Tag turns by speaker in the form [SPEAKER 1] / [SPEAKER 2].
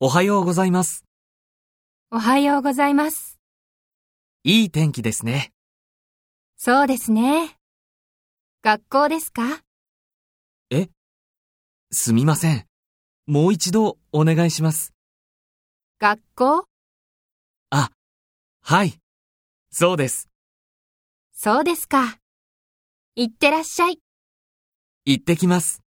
[SPEAKER 1] おはようございます。
[SPEAKER 2] おはようございます。
[SPEAKER 1] いい天気ですね。
[SPEAKER 2] そうですね。学校ですか
[SPEAKER 1] すみません。もう一度お願いします。
[SPEAKER 2] 学校
[SPEAKER 1] はい。そうです。
[SPEAKER 2] そうですか。いってらっしゃい。
[SPEAKER 1] 行ってきます。